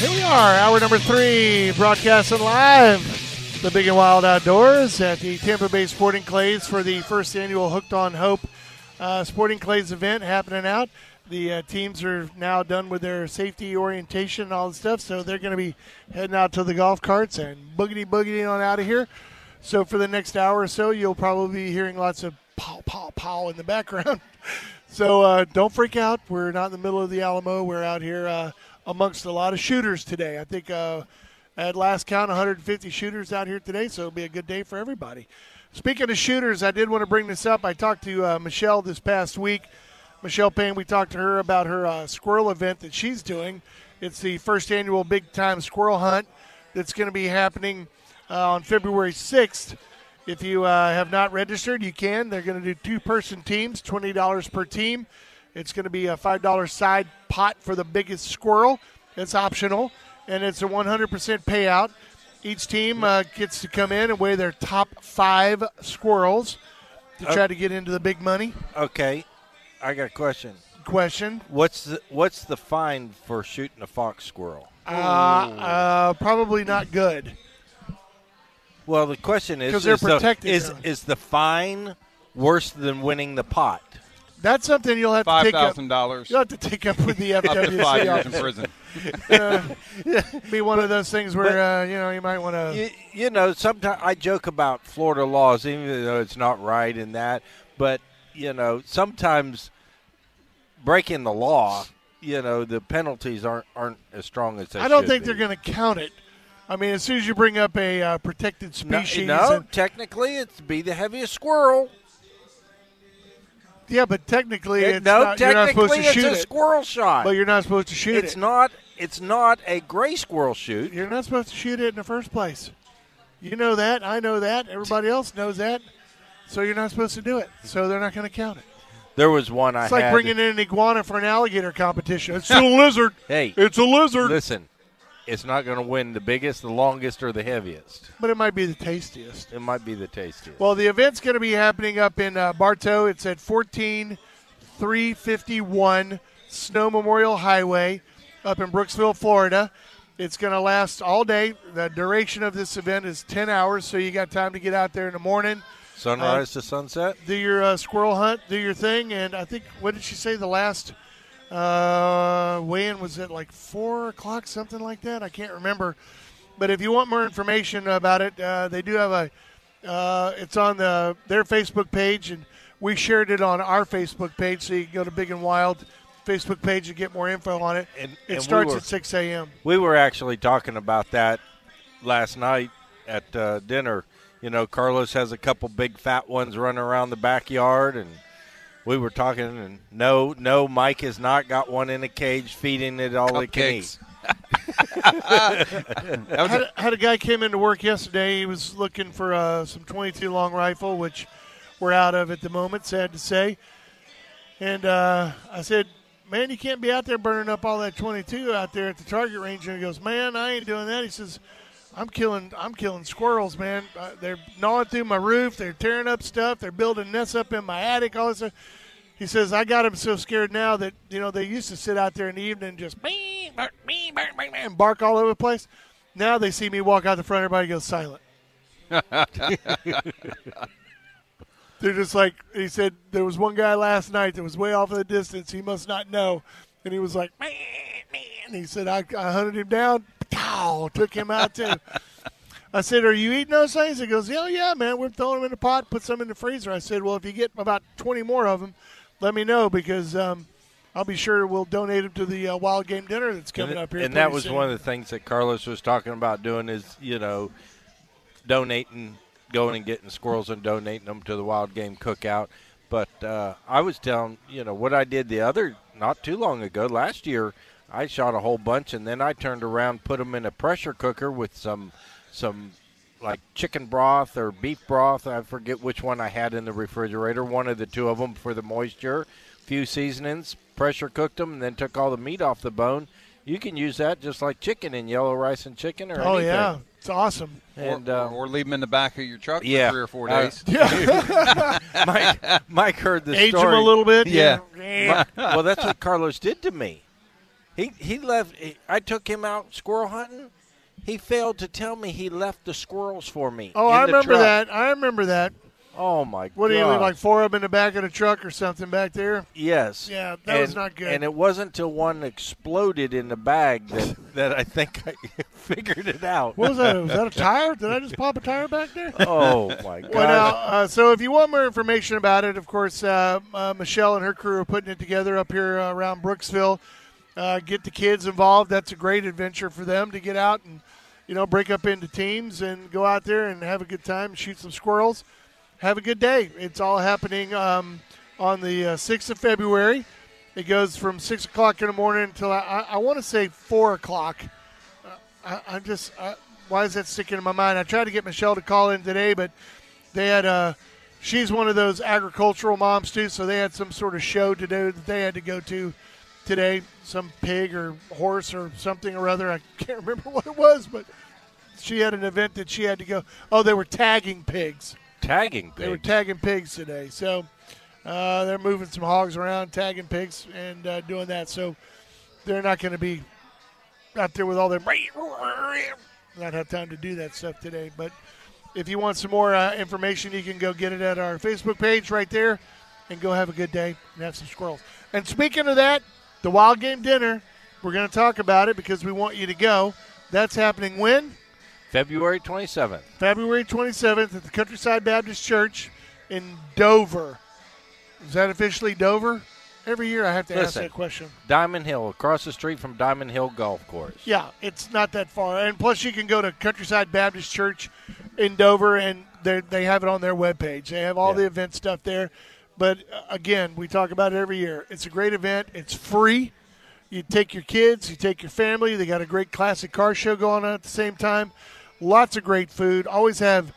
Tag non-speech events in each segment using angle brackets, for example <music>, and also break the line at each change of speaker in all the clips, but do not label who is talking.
Here we are, hour number three, broadcasting live the Big and Wild Outdoors at the Tampa Bay Sporting Clays for the first annual Hooked on Hope uh, Sporting Clays event happening out. The uh, teams are now done with their safety orientation and all the stuff, so they're going to be heading out to the golf carts and boogity boogity on out of here. So for the next hour or so, you'll probably be hearing lots of pow pow pow in the <laughs> background. so uh, don't freak out. We're not in the middle of the Alamo. We're out here uh, amongst a lot of shooters today. I think uh, at last count, 150 shooters out here today. So it'll be a good day for everybody. Speaking of shooters, I did want to bring this up. I talked to uh, Michelle this past week. Michelle Payne, we talked to her about her uh, squirrel event that she's doing. It's the first annual big time squirrel hunt that's going to be happening uh, on February 6th. If you uh, have not registered, you can. They're going to do two person teams, $20 per team. It's going to be a $5 side pot for the biggest squirrel. It's optional, and it's a 100% payout. Each team uh, gets to come in and weigh their top five squirrels to try to get into the big money.
Okay, I got a question.
Question.
What's the, what's the fine for shooting a fox squirrel?
Uh, uh, probably not good.
Well, the question is
'Cause they're
is, the,
protected
is
now.
is the fine worse than winning the pot?
That's something you'll have to
Five
take up.
thousand dollars
You'll have to take up with the
up to five years in
FWC.
<laughs>
prison.
be one of those things where uh, you know you might want to.
You, you know, sometimes I joke about Florida laws, even though it's not right in that. But you know, sometimes breaking the law, you know, the penalties aren't aren't as strong as they
I don't
should
think
be.
they're going to count it. I mean, as soon as you bring up a uh, protected
No,
species,
no,
and-
technically, it's be the heaviest squirrel.
yeah, but technically, it's
no,
not, you're not supposed
technically,
to
it's
shoot
a
it.
squirrel shot.
But you're not supposed to shoot
it's
it.
not. It's not a gray squirrel shoot.
You're not supposed to shoot it in the first place. You know that. I know that. Everybody else knows that. So you're not supposed to do it. So they're not going to count it.
There was one I
It's
had.
like bringing in an iguana for an alligator competition.
<laughs>
It's still a lizard.
Hey.
it's a lizard.
Listen, it's not going to win the biggest, the longest, or the heaviest.
But it might be the tastiest.
It might be the tastiest.
Well, the event's going to be happening up in uh, Bartow. It's at 14351 Snow Memorial Highway up in Brooksville, Florida. It's going to last all day. The duration of this event is 10 hours, so you got time to get out there in the morning,
Sunrise
uh,
to sunset.
do your uh, squirrel hunt, do your thing. And I think, what did she say, the last uh, weigh in was at like 4 o'clock, something like that? I can't remember. But if you want more information about it, uh, they do have a uh, it's on the their Facebook page, and we shared it on our Facebook page, so you can go to Big and Wild Facebook page and get more info on it.
And-
it
and we
starts
were-
at 6 a.m.
We were actually talking about that last night at uh, dinner. You know, Carlos has a couple big fat ones running around the backyard, and we were talking. And no, no, Mike has not got one in a cage feeding it all it can eat.
Cupcakes. that was
had,
a,
a, had a guy came into work yesterday. He was looking for uh, some 22 long rifle, which we're out of at the moment. Sad to say. And uh, I said, "Man, you can't be out there burning up all that 22 out there at the target range." And he goes, "Man, I ain't doing that." He says, "I'm killing, I'm killing squirrels, man. Uh, they're gnawing through my roof. They're tearing up stuff. They're building nests up in my attic. All this." Stuff. He says, "I got him so scared now that you know they used to sit out there in the evening and just "Bing, bark, bing, bark, bing, bing," and bark all over the place. Now they see me walk out the front, everybody goes silent. They're just like he said. There was one guy last night that was way off in the distance. He must not know, and he was like, man, man. And he said, I, I hunted him down, pow, took him out too. I said, Are you eating those things? He goes, Yeah, yeah, man. We're throwing them in the pot, put some in the freezer. I said, Well, if you get about 20 more of them, let me know because um, I'll be sure we'll donate them to the uh, wild game dinner that's coming
and,
up here.
and that
pretty
was
soon.
one of the things that Carlos was talking about doing is, you know, donating, going and getting squirrels and donating them to the wild game cookout. But uh, I was telling, you know, what I did the other, not too long ago, last year, I shot a whole bunch, and then I turned around, put them in a pressure cooker with some some like chicken broth or beef broth. I forget which one I had in the refrigerator. One of the two of them for the moisture. Few seasonings, pressure cooked them, and then took all the meat off the bone. You can use that just like chicken in yellow rice and chicken or
Oh
anything.
yeah, it's awesome.
And
or,
uh,
or leave them in the back of your truck
yeah.
for three or four
Uh,
<laughs>
days.
<laughs> Mike, Mike heard the
Age
story.
them a little bit.
Yeah.
yeah.
well, that's what Carlos did to me. He he left. He, I took him out squirrel hunting. He failed to tell me he left the squirrels for me.
Oh,
in
I
the
remember
truck.
that. I remember that.
Oh my
What
god!
do you leave, like four of them in the back of the truck or something back there?
Yes.
Yeah, that was
And-
not good.
And it wasn't till one exploded in the bag that, <laughs> that I think
<laughs>
I figured it out.
What was that? Was that a tire? Did I just pop a tire back there?
Oh
<laughs>
my god!
Well, now, uh, so if you want more information about it, of course, uh, uh, Michelle and her crew are putting it together up here uh, around Brooksville. Uh, get the kids involved. That's a great adventure for them to get out and, you know, break up into teams and go out there and have a good time, shoot some squirrels, have a good day. It's all happening um, on the uh, 6th of February. It goes from 6 o'clock in the morning until, I, I, I want to say, 4 o'clock. I, I'm just, I, why is that sticking in my mind? I tried to get Michelle to call in today, but they had a, she's one of those agricultural moms too, so they had some sort of show to do that they had to go to today, some pig or horse or something or other. I can't <laughs> remember what it was, but she had an event that she had to go. Oh, they were tagging pigs.
tagging
They were
pigs.
tagging pigs today, so uh, they're moving some hogs around, tagging pigs, and uh, doing that. So they're not going to be out there with all their. Not have time to do that stuff today. But if you want some more uh, information, you can go get it at our Facebook page right there, and go have a good day and have some squirrels. And speaking of that, the wild game dinner, we're going to talk about it because we want you to go. That's happening when.
February twenty seventh.
February 27th at the Countryside Baptist Church in Dover. Is that officially Dover? Every year I have to ask
Listen.
that question.
Diamond Hill, across the street from Diamond Hill Golf Course.
Yeah, it's not that far. And plus, you can go to Countryside Baptist Church in Dover, and they they have it on their webpage. They have all
Yeah.
the event stuff there. But uh, again, we talk about it every year. It's a great event. It's free. You take your kids, you take your family. They got a great classic car show going on at the same time. Lots of great food. Always have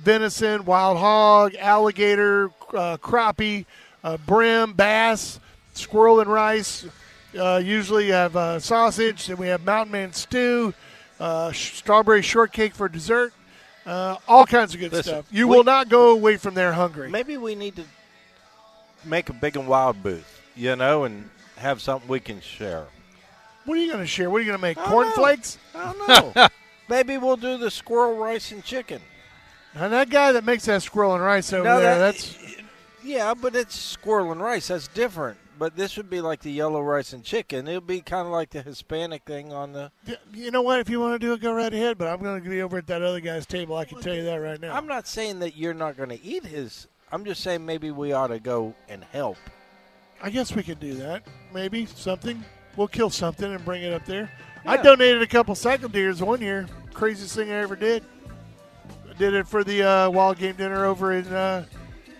venison, wild hog, alligator, uh, crappie, uh, brim, bass, squirrel and rice. Uh, usually have uh, sausage. Then we have mountain man stew, uh, sh- strawberry shortcake for dessert. Uh, all kinds of good
Listen,
stuff. You
we-
will not go away from there hungry.
Maybe we need to make a big and wild booth, you know, and have something we can share.
What are you going to share? What are you going to make?
I don't
Cornflakes?
I don't know. Maybe we'll do the squirrel rice and chicken.
And that guy that makes that squirrel and rice over
No,
there,
that-
that's
Yeah, but it's squirrel and rice. That's different. But this would be like the yellow rice and chicken. It'll be kind of like the Hispanic thing on the.
Yeah, You know what? If you want to do it, go right ahead. But I'm going to be over at that other guy's table. I can tell you that right now.
I'm not saying that you're not going to eat his. I'm just saying maybe we ought to go and help.
I guess we could do that. Maybe something. We'll kill something and bring it up there. I
Yeah.
donated a couple cycle deers one year. Craziest thing I ever did. I did it for the uh, wild game dinner over in uh,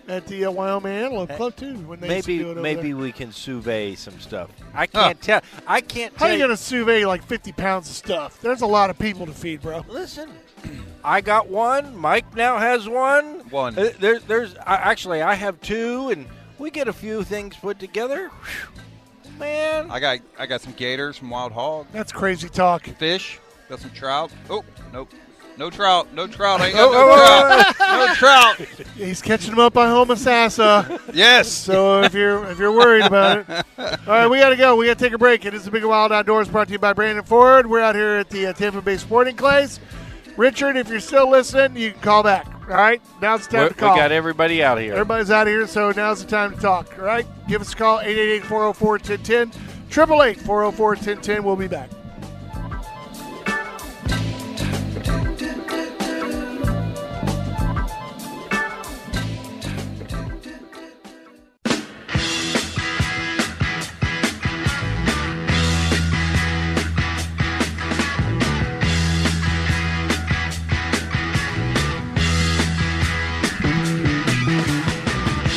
at the uh, Wyoming Antelope Club too. When they used to
Maybe
do it over
maybe
there.
we can survey some stuff. I can't tell. I can't
How
tell.
you going to survey like 50 pounds of stuff? There's a lot of people to feed, bro.
Listen, I got one. Mike now has one.
One.
Uh, There, there's I, actually I have two, and we get a few things put together. Whew. Man,
I got I got some gators, some wild hog,
That's crazy talk.
fish, got some trout. Oh, nope. No trout, no trout. I ain't
Oh, oh,
got no trout. No trout.
He's catching them up by Homosassa.
Yes.
So if you're if you're worried about it, all right, we gotta go. We gotta take a break. It is the Big and Wild Outdoors, brought to you by Brandon Ford. We're out here at the uh, Tampa Bay Sporting Place. Richard, if you're still listening, you can call back. All right, now's the time
we,
to call.
got everybody out here.
Everybody's out of here, so now's the time to talk. All right, give us a call 888-404-1010, 888-404-1010. We'll be back.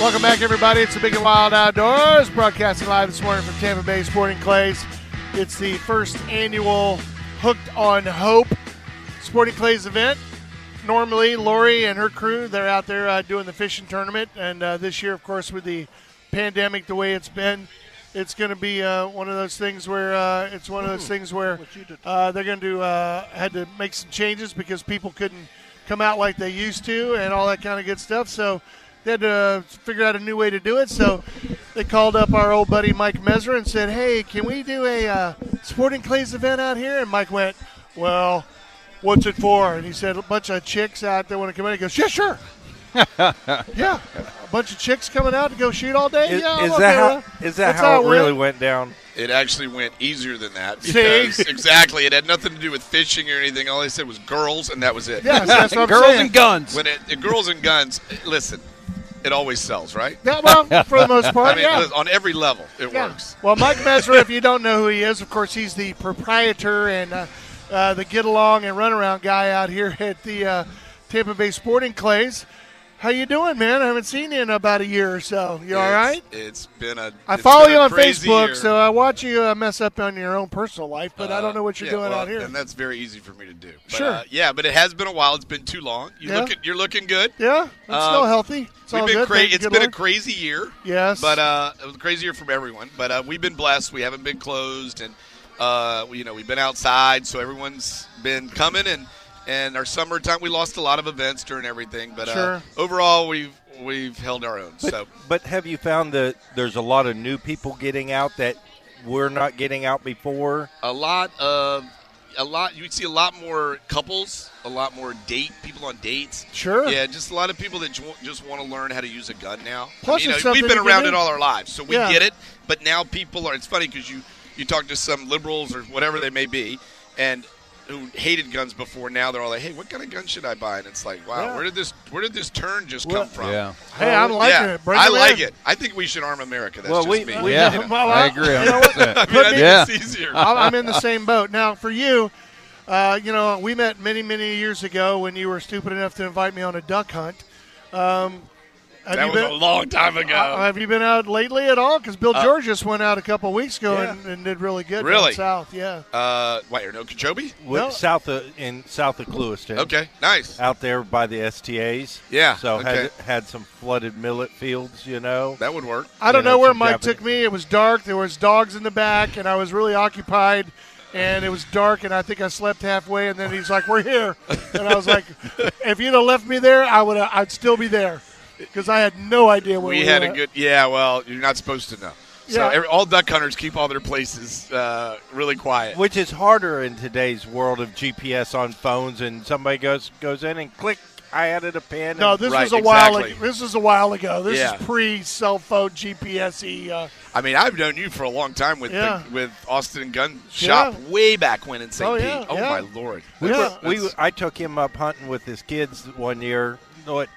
Welcome back, everybody. It's the Big and Wild Outdoors, broadcasting live this morning from Tampa Bay Sporting Clays. It's the first annual Hooked on Hope Sporting Clays event. Normally, Lori and her crew, they're out there uh, doing the fishing tournament. And uh, this year, of course, with the pandemic the way it's been, it's going to be uh, one of those things where uh, it's one of those things where uh, they're going to uh, had to make some changes because people couldn't come out like they used to and all that kind of good stuff. So they had to figure out a new way to do it. So they called up our old buddy Mike Mesra and said, "Hey, can we do a uh, sporting clays event out here?" And Mike went, "Well, what's it for?" And he said, "A bunch of chicks out there want to come in." He goes, "Yeah,
<laughs>
sure." yeah, a bunch of chicks coming out to go shoot all day.
Is,
yeah, I'm
is
okay
that
with
how is that
That's
how it
went.
really went down?
It actually went easier than that.
See?
because- exactly. It had nothing to do with fishing or anything. All they said was girls, and that was it.
Yes, <laughs> that's what I'm
Girls
saying.
and guns.
When it, the girls and guns, listen, it always sells, right?
Yeah, well, for the
<laughs>
most part,
I mean,
Oh, yeah.
li- on every level, it
Yeah.
works.
Well, Mike Mesra, if you don't know who he is, of course, he's the proprietor and uh, uh, the get along and runaround guy out here <laughs> at the uh, Tampa Bay Sporting Clays. How you doing, man? I haven't seen you in about a year or so. You all
It's-
right?
It's been a.
I
it's
follow
been a
you on
crazy
Facebook,
year.
so I watch you uh, mess up on your own personal life, but I don't know what you're
Uh, Yeah,
doing
well,
out here.
and that's very easy for me to do. But,
Sure.
uh, yeah, but it has been a while. It's been too long. You
Yeah.
look at, you're looking good.
yeah, I'm still
um,
healthy. It's all
We've been
good.
cra-
Thank
It's
you, good
been a
Lord.
crazy year.
yes,
But uh, it was crazier from everyone. But uh, we've been blessed. We haven't been closed, and uh, we- you know we've been outside, so everyone's been coming. And and our summertime, we lost a lot of events during everything. But uh,
Sure.
overall, we've we've held our own.
But,
so
but have you found that there's a lot of new people getting out that we're not getting out before?
a lot of a lot you would see a lot more couples, a lot more date people on dates.
sure.
Yeah, just a lot of people that ju- just want to learn how to use a gun now.
Plus
I mean,
it's
you know,
something
we've been
you can
around
do.
it all our lives, so we
Yeah.
get it. But now people are. It's funny because you you talk to some liberals or whatever they may be, and who hated guns before. Now they're all like, "Hey, what kind of gun should I buy?" And it's like, "Wow,
Yeah.
where did this where did this turn just
Well,
come from?"
Yeah.
Hey, I'm liking
Yeah,
it. Bring
I
it
like
in.
it. I think we should arm America. That's
Well,
just
we-
me.
we-
Yeah,
Yeah, well,
I agree.
you know what?
100%.
<laughs> I mean, I think
Yeah.
it's easier.
<laughs> I'm I'm
<laughs>
in the same boat. Now, for you, uh, you know, we met many, many years ago when you were stupid enough to invite me on a duck hunt. Um, have
that
you
was
been,
a long time ago. Uh,
uh, have you been out lately at all? Because Bill George just went out a couple weeks ago
Yeah.
and, and did really good. down
Really?
south, yeah.
uh, wait, you're no Kachobi?
With
No.
south of in south of Clewiston.
Okay, nice.
Out there by the STAs.
Yeah,
So had
okay.
had some flooded millet fields, you know.
That would work.
I don't
Yeah,
know where
that's
Mike
Japanese.
took me. It was dark. There was dogs in the back, and I was really occupied. And it was dark, and I think I slept halfway. And then he's like, "We're here," and I was
<laughs>
like, "If you'd have left me there, I would. I'd still be there because I had no idea where we,
we, had
were
a
at.
good yeah well you're not supposed to know so
Yeah.
every, all duck hunters keep all their places uh, really quiet
Which is harder in today's world of GPS on phones and somebody goes goes in and click I added a pin.
No,
and-
this
Right,
was a while.
exactly.
ago. This was a while ago. This
Yeah.
is pre-cell phone GPS. Uh,
i mean i've known you for a long time with
Yeah.
the, with austin gun shop way back when in st
Oh,
pete
yeah,
oh
yeah.
my lord
We
Yeah.
were, we
That's-
I took him up hunting with his kids one year. What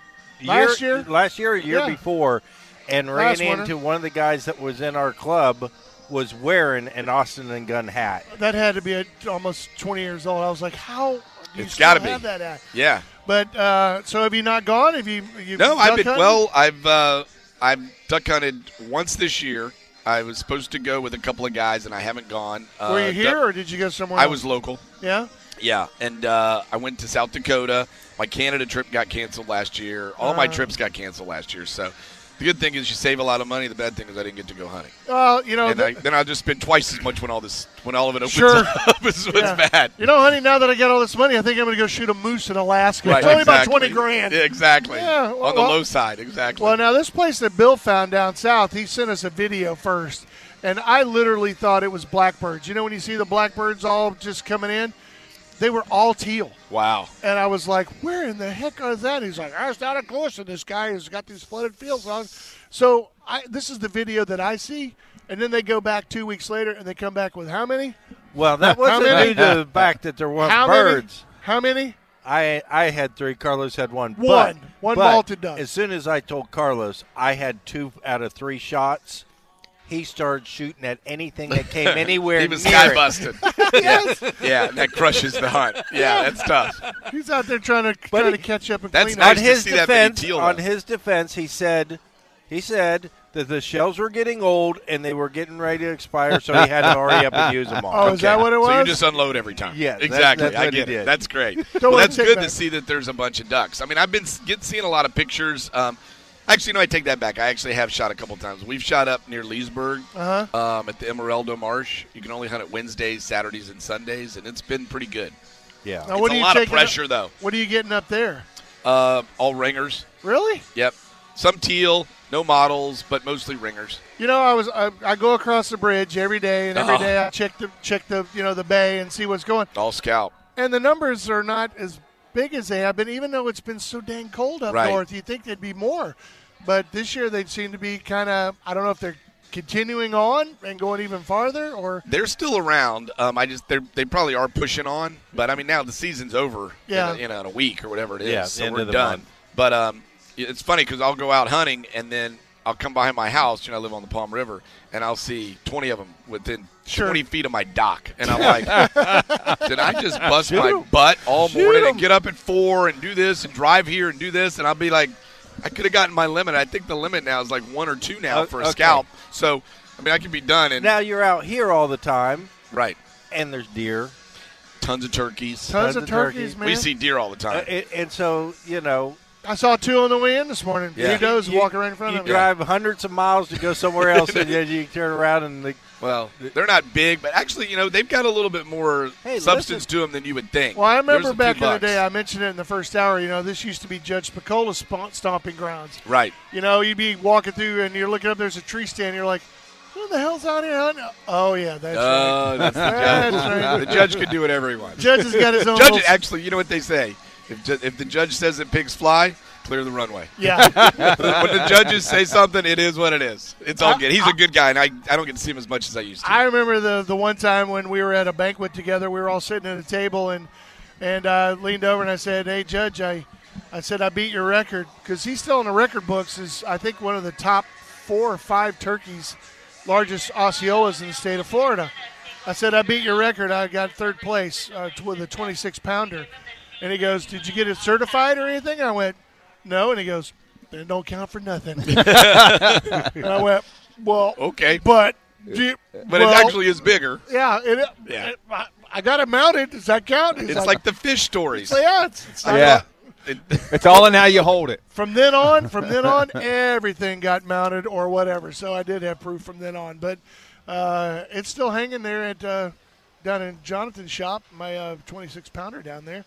Last year?
Last year, or year
Yeah.
before, and
Last
ran
winter.
into one of the guys that was in our club was wearing an Austin and Gun hat.
that had to be a, almost 20 years old. I was like, "How?" You
It's
still
gotta be.
have That at?
yeah
But uh, so have you not gone? Have you? you
no i've
duck
been
hunting?
well i've uh, i've duck hunted once this year i was supposed to go with a couple of guys and i haven't gone uh,
Were you
duck-
here, or did you go somewhere?
i
else?
was local
Yeah.
Yeah, and uh, I went to South Dakota. My Canada trip got canceled last year. All my
Uh.
trips got canceled last year. So the good thing is you save a lot of money. The bad thing is I didn't get to go hunting.
Well, you know,
and I, then I'll just spend twice as much when all this when all of it opens
Oh, Sure.
up. <laughs> Is what's
Yeah.
bad.
you know, honey. Now that I got all this money, I think I'm going to go shoot a moose in Alaska. it's only about
exactly.
20 grand.
Yeah, exactly.
Yeah, well-
On the
well-
low side, exactly.
Well, now this place that Bill found down south, he sent us a video first, and I literally thought it was blackbirds. You know, when you see the blackbirds all just coming in, they were all teal,
wow.
and I was like, "Where in the heck is that?" He's like, "I was down at Clewiston. This guy has got these flooded fields on." So I, this is the video that I see, and then they go back two weeks later, and they come back with <laughs> how many?
Well, that wasn't
many-
due to the fact that there weren't
How
birds.
many? How many?
I I had three. Carlos had one.
One.
But,
One
but
malted duck.
As soon as I told Carlos I had two out of three shots, he started shooting at anything that came anywhere
<laughs> He was
near
sky
it.
busted.
Yes.
<laughs> yeah, that crushes the hunt. Yeah, that's tough.
He's out there trying to trying to catch up and
That's
clean
not-
up.
on
Nice to
his
see that many
defense,
teal,
on
though.
his defense, he said, he said that the shells were getting old and they were getting ready to expire, so he had to hurry up and
<laughs>
use them all.
Oh, is that what it was?
So you just unload every time.
Yeah, that's-
exactly.
that's
I
what he
get it.
did.
That's great.
<laughs> Don't
well,
let
that's
it take
good
back.
to see that there's a bunch of ducks. I mean, I've been s- get seeing a lot of pictures. Um, actually, no, I take that back. I actually have shot a couple times. We've shot up near Leesburg
Uh-huh.
um, at the Emeraldo Marsh. You can only hunt it Wednesdays, Saturdays, and Sundays, and it's been pretty good.
Yeah.
Now, what are
it's a
you
lot of
taking up-
pressure, though.
What are you getting up there?
Uh, all ringers.
Really?
Yep. Some teal, no models, but mostly ringers.
You know, I was I, I go across the bridge every day, and every
Uh-huh.
day I check the check the you know the bay and see what's going.
All scout.
And the numbers are not as big as they have been, even though it's been so dang cold up
Right.
north. You'd think there'd be more, but this year they seem to be kind of. I don't know if they're continuing on and going even farther, or
They're still around. Um, I just they they probably are pushing on, but I mean now the season's over.
Yeah.
in a, you know, in a week or whatever it is.
Yeah,
so
end
we're
of the
done.
month.
But um, it's funny because I'll go out hunting and then I'll come behind my house. You know, I live on the Palm River, and I'll see twenty of them within
Sure.
twenty feet of my dock,
<laughs>
and I'm like, did I just bust my
'em.
butt all
Shoot
morning
'em.
and get up at four and do this and drive here and do this, and I'll be like. I could have gotten my limit. I think the limit now is like one or two now
Oh,
for a
okay.
scalp. So, I mean, I could be done. And
Now you're out here all the time,
right,
and there's deer.
tons of turkeys.
tons
Tons
of
of turkey.
turkeys, man.
We see deer all the
Uh,
time.
and, and so, you know,
I saw two on the way in this morning.
Yeah.
Two does
you-
walking right in front
you
of me.
drive hundreds of miles to go somewhere
<laughs>
else, and then you turn around and the,
Well, they're not big, but actually, you know, they've got a little bit more
Hey,
substance
listen.
to them than you would think.
Well, I
There's
remember
a few
back in the
bucks.
day, I mentioned it in the first hour. You know, this used to be Judge Piccola's sp- stomping grounds.
right.
You know, you'd be walking through and you're looking up, there's a tree stand, you're like, who the hell's out here hunting? Oh, yeah, that's right.
Uh, that's the judge.
That's right.
The judge could do whatever he wants.
Judge has got
<laughs>
his own.
Judge,
little-
actually, you know what they say? If, ju- if the judge says that pigs fly, clear the runway. <laughs>
yeah.
when the judges say something, it is what it is. It's all good. He's a good guy, and I, I don't get to see him as much as I used to.
I remember the, the one time when we were at a banquet together, we were all sitting at a table, and and I leaned over and I said, hey, Judge, I, I said, I beat your record because he's still in the record books as, I think, one of the top four or five turkeys, largest Osceolas in the state of Florida. I said, I beat your record. I got third place uh, t- with a 26 pounder. And he goes, Did you get it certified or anything? I went, No. And he goes, Then it don't count for nothing. <laughs> and I went, Well,
okay. But,
but, do you- well,
it actually is bigger.
yeah, it,
Yeah.
it- I, I got it mounted. Does that count? He's
It's like, the fish stories.
so yeah, it's, it's not-
Yeah.
It-
<laughs> It's all in how you hold it.
From then on, from
<laughs>
then on, everything got mounted or whatever. So I did have proof from then on, but uh, it's still hanging there at uh, down in Jonathan's shop. My uh, 26 pounder down there,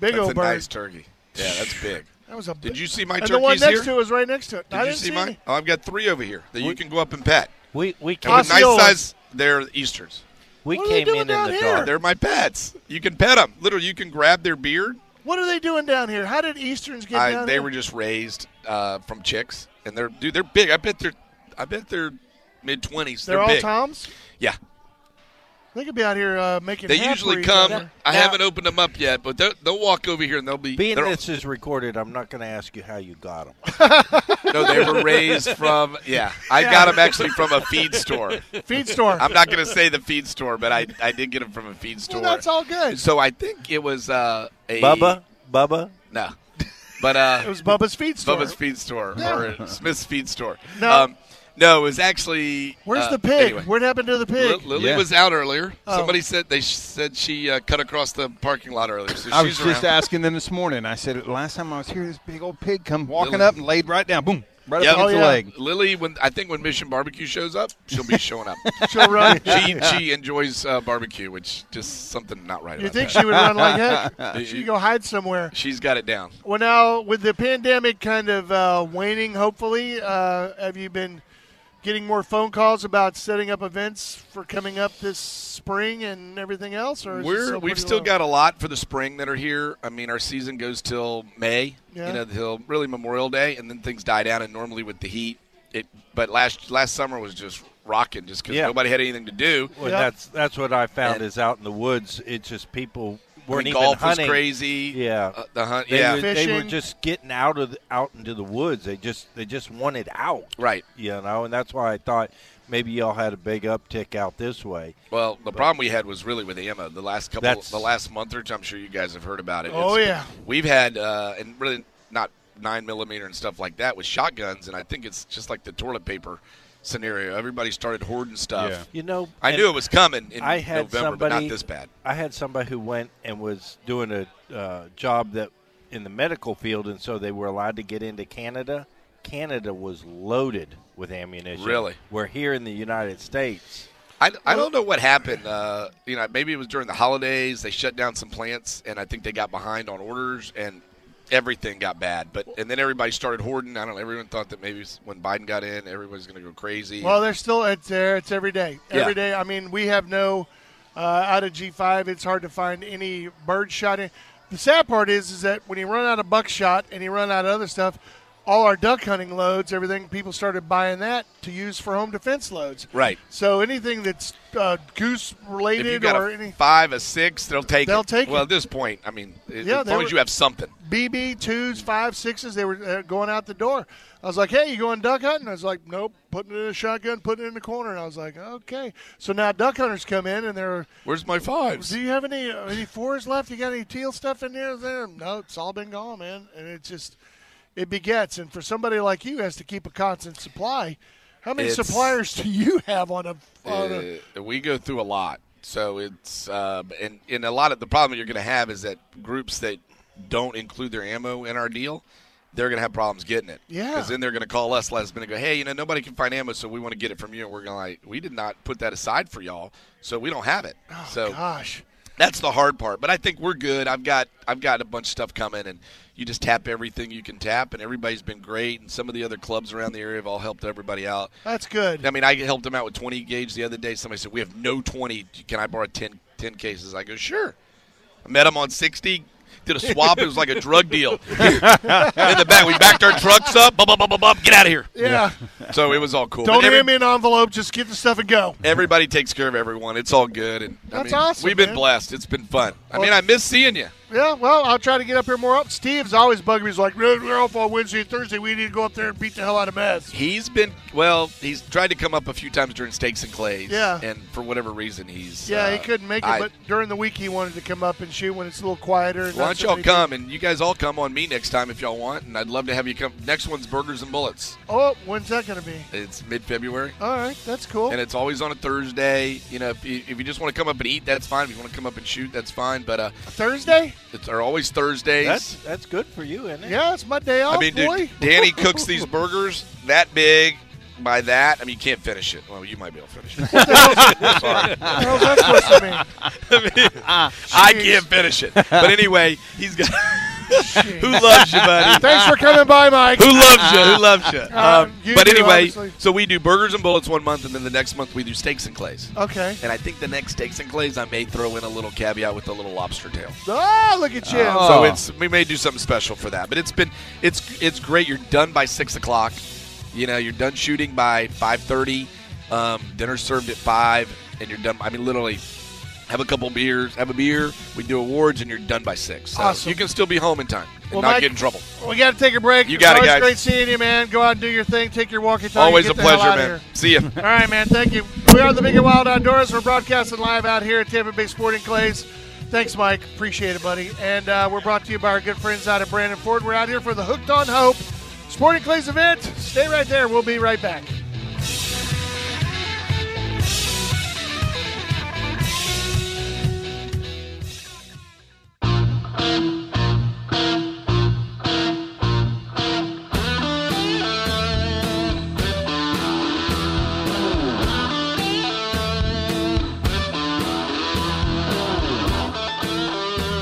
big
that's
old
a
bird.
nice turkey. Yeah, that's big.
that was a.
Did you see my
and
turkeys
the one next
here?
to it was right next to it.
Did
I
you
didn't
see
see
mine?
any.
Oh, I've got three over here that you can go up and pet.
We we
And
came
with nice
Osceolas.
size, they're Easterns.
we
What are they
came
doing
in in
down
the
here?
dark.
They're my pets. You can pet them. Literally, you can grab their beard.
What are they doing down here? How did Easterns get
I,
down
they
here?
were just raised uh, from chicks, and they're dude. They're big. I bet they're. I bet they're mid twenties.
They're all
big.
toms.
Yeah,
They could be out here uh, making.
they
hat for
usually
each
come.
other.
I
Now-
haven't opened them up yet, but they'll- they'll walk over here and they'll be.
being
they're-
this is recorded, I'm not going to ask you how you got them.
no, they were raised from. Yeah, I got them actually from a feed store.
Feed store.
I'm not going to say the feed store, but I I did get them from a feed store.
Well, that's all good.
<laughs> So I think it was uh, a
Bubba, Bubba,
No, <laughs> but uh,
It was Bubba's feed store.
Bubba's Feed Store or Smith's Feed Store. Um,
No.
no, it was actually.
Where's
uh,
the pig?
anyway.
What happened to the
Li-
pig?
Lily
Yeah.
was out earlier.
Oh.
Somebody said they sh- said she uh, cut across the parking lot earlier. So
I was
she's
just
around.
asking them this morning. I said, last time I was here, this big old pig come walking
Really?
up and laid right down. Boom. Right
Yep.
up against
Oh,
the
yeah.
leg.
Lily, when I think when Mission Barbecue shows up, she'll be showing
<laughs>
up.
<laughs> She'll run.
<laughs> she she enjoys uh, barbecue, which just something not right.
you
about
think
that.
she would run like
<laughs>
heck? She'd go hide somewhere.
She's got it down.
Well, now with the pandemic kind of uh, waning, hopefully, uh, have you been getting more phone calls about setting up events for coming up this spring and everything else? Or is it
We're
still
we've
pretty
still
low?
got a lot for the spring that are here. I mean, our season goes till May.
Yeah.
You know, till really Memorial Day, and then things die down. And normally with the heat, it. But last last summer was just rocking, just because
Yeah.
nobody had anything to do.
Well,
Yep.
that's that's what I found
And-
is out in the woods. It's just people
I
weren't
mean,
even
golf
hunting.
was crazy.
Yeah.
Uh, the hunt.
They,
yeah,
were, they were
Fishing.
just getting out of the, out into the woods. They just they just wanted out,
right.
you know. And that's why I thought maybe y'all had a big uptick out this way.
Well, the problem we had was really with Emma. The last couple,
That's-
the last month or two, I'm sure you guys have heard about it.
Oh, yeah.
we've had uh, and really not nine millimeter and stuff like that with shotguns, and I think it's just like the toilet paper scenario. Everybody started hoarding stuff.
Yeah.
You know,
I
and
knew it was coming in
I had
November,
somebody,
but not this bad.
I had somebody who went and was doing a uh, job that in the medical field, and so they were allowed to get into Canada. Canada was loaded with ammunition.
Really?
We're here in the United States.
I, I don't know what happened. Uh, you know, maybe it was during the holidays. They shut down some plants, and I think they got behind on orders, and everything got bad. But and then everybody started hoarding. I don't know. Everyone thought that maybe when Biden got in, everybody's going to go crazy.
Well, they're still it's there. It's every day.
Yeah.
Every day. I mean, we have no uh, out of G five. It's hard to find any bird shot. In. The sad part is, is that when you run out of buckshot and you run out of other stuff, all our duck hunting loads, everything, people started buying that to use for home defense loads.
Right.
So anything that's uh, goose
if you
related
got
or
a
any
five, a six, they'll take.
They'll
it.
take
Well,
it.
at this point, I mean, it-
Yeah,
as
they
long
were-
as you have something.
BB twos, five sixes, they were uh, going out the door. I was like, "Hey, you going duck hunting?" I was like, "Nope, putting it in a shotgun, putting it in the corner." And I was like, "Okay." So now duck hunters come in and they're
Where's my fives?
Do you have any uh, any fours left? You got any teal stuff in there? There, no, it's all been gone, man. And it just it begets. And for somebody like you, who has to keep a constant supply. How many
It's-
suppliers <laughs> do you have on a on a?
Uh, we go through a lot. So it's uh, and and a lot of the problem you're going to have is that groups that don't include their ammo in our deal, they're going to have problems getting it.
Yeah.
Because then they're going to call us last minute, and go, hey, you know, nobody can find ammo, so we want to get it from you, and we're going to like, we did not put that aside for y'all, so we don't have it.
Oh,
so
Gosh,
that's the hard part. But I think we're good. I've got I've got a bunch of stuff coming, and you just tap everything you can tap, and everybody's been great, and some of the other clubs around the area have all helped everybody out.
that's good.
I mean, I helped them out with 20 gauge the other day. Somebody said, We have no 20. Can I borrow 10, 10 cases? I go, Sure. I met him on 60, did a swap. it was like a drug deal. Here. In the back, we backed our trucks up. Bum, bum, bum, bum, bum, get out of here.
yeah,
So it was all cool.
don't
But every-
hand me an envelope. Just get the stuff and go.
Everybody takes care of everyone. It's all good. And I
That's
mean,
awesome,
We've been
man.
blessed. It's been fun. I
Well-
mean, I miss seeing you.
Yeah, well, I'll try to get up here more. Up. Steve's always bugging me. He's like, "We're we're off on Wednesday and Thursday. We need to go up there and beat the hell out of mess."
He's been, well, he's tried to come up a few times during Steaks and Clays.
Yeah.
And for whatever reason, he's.
Yeah,
uh,
he couldn't make it,
I-
but during the week he wanted to come up and shoot when it's a little quieter. and
Why
not
don't
so
y'all
many
come and you guys all come on me next time if y'all want, and I'd love to have you come. Next one's Burgers and Bullets.
people. Oh, when's that going to be?
It's mid February,
All right, that's cool.
and it's always on a Thursday. You know, if you, if you just want to come up and eat, that's fine. If you want to come up and shoot, that's fine. But uh,
Thursday?
it's are always Thursdays.
That's that's good for you, isn't it?
Yeah, it's my day off,
I mean,
boy.
dude,
<laughs>
Danny cooks these burgers that big. By that, I mean you can't finish it. Well, you might be able to finish it.
Oh, What the hell's that supposed to mean? <laughs> Ah,
I can't finish it. But anyway, he's got.
Jeez.
Who loves you, buddy?
Thanks for coming by, Mike.
Who loves you? Who loves you? Um,
Uh, you
but
do,
anyway,
obviously.
so we do burgers and bullets one month, and then the next month we do steaks and clays.
Okay.
And I think the next steaks and clays, I may throw in a little caveat with a little lobster tail.
Oh, look at you.
So it's we may do something special for that. But it's been it's it's great. You're done by six o'clock. You know, you're done shooting by five thirty. Um, dinner's served at five, and you're done. I mean, literally. Have a couple beers, have a beer. We do awards, and you're done by six. So
Awesome.
You can still be home in time and
Well,
not
Mike-
get in trouble.
we got to take a break.
You
It's
got it,
always
guys.
great seeing you, man. Go out and do your thing. Take your walkie talkie.
Always a
get the hell
pleasure,
out of
man.
here.
See
<laughs>
you.
All right, man. Thank you. We are the Big and Wild Outdoors. We're broadcasting live out here at Tampa Bay Sporting Clays. Thanks, Mike. Appreciate it, buddy. And uh, we're brought to you by our good friends out of Brandon Ford. We're out here for the Hooked on Hope Sporting Clays event. Stay right there. We'll be right back.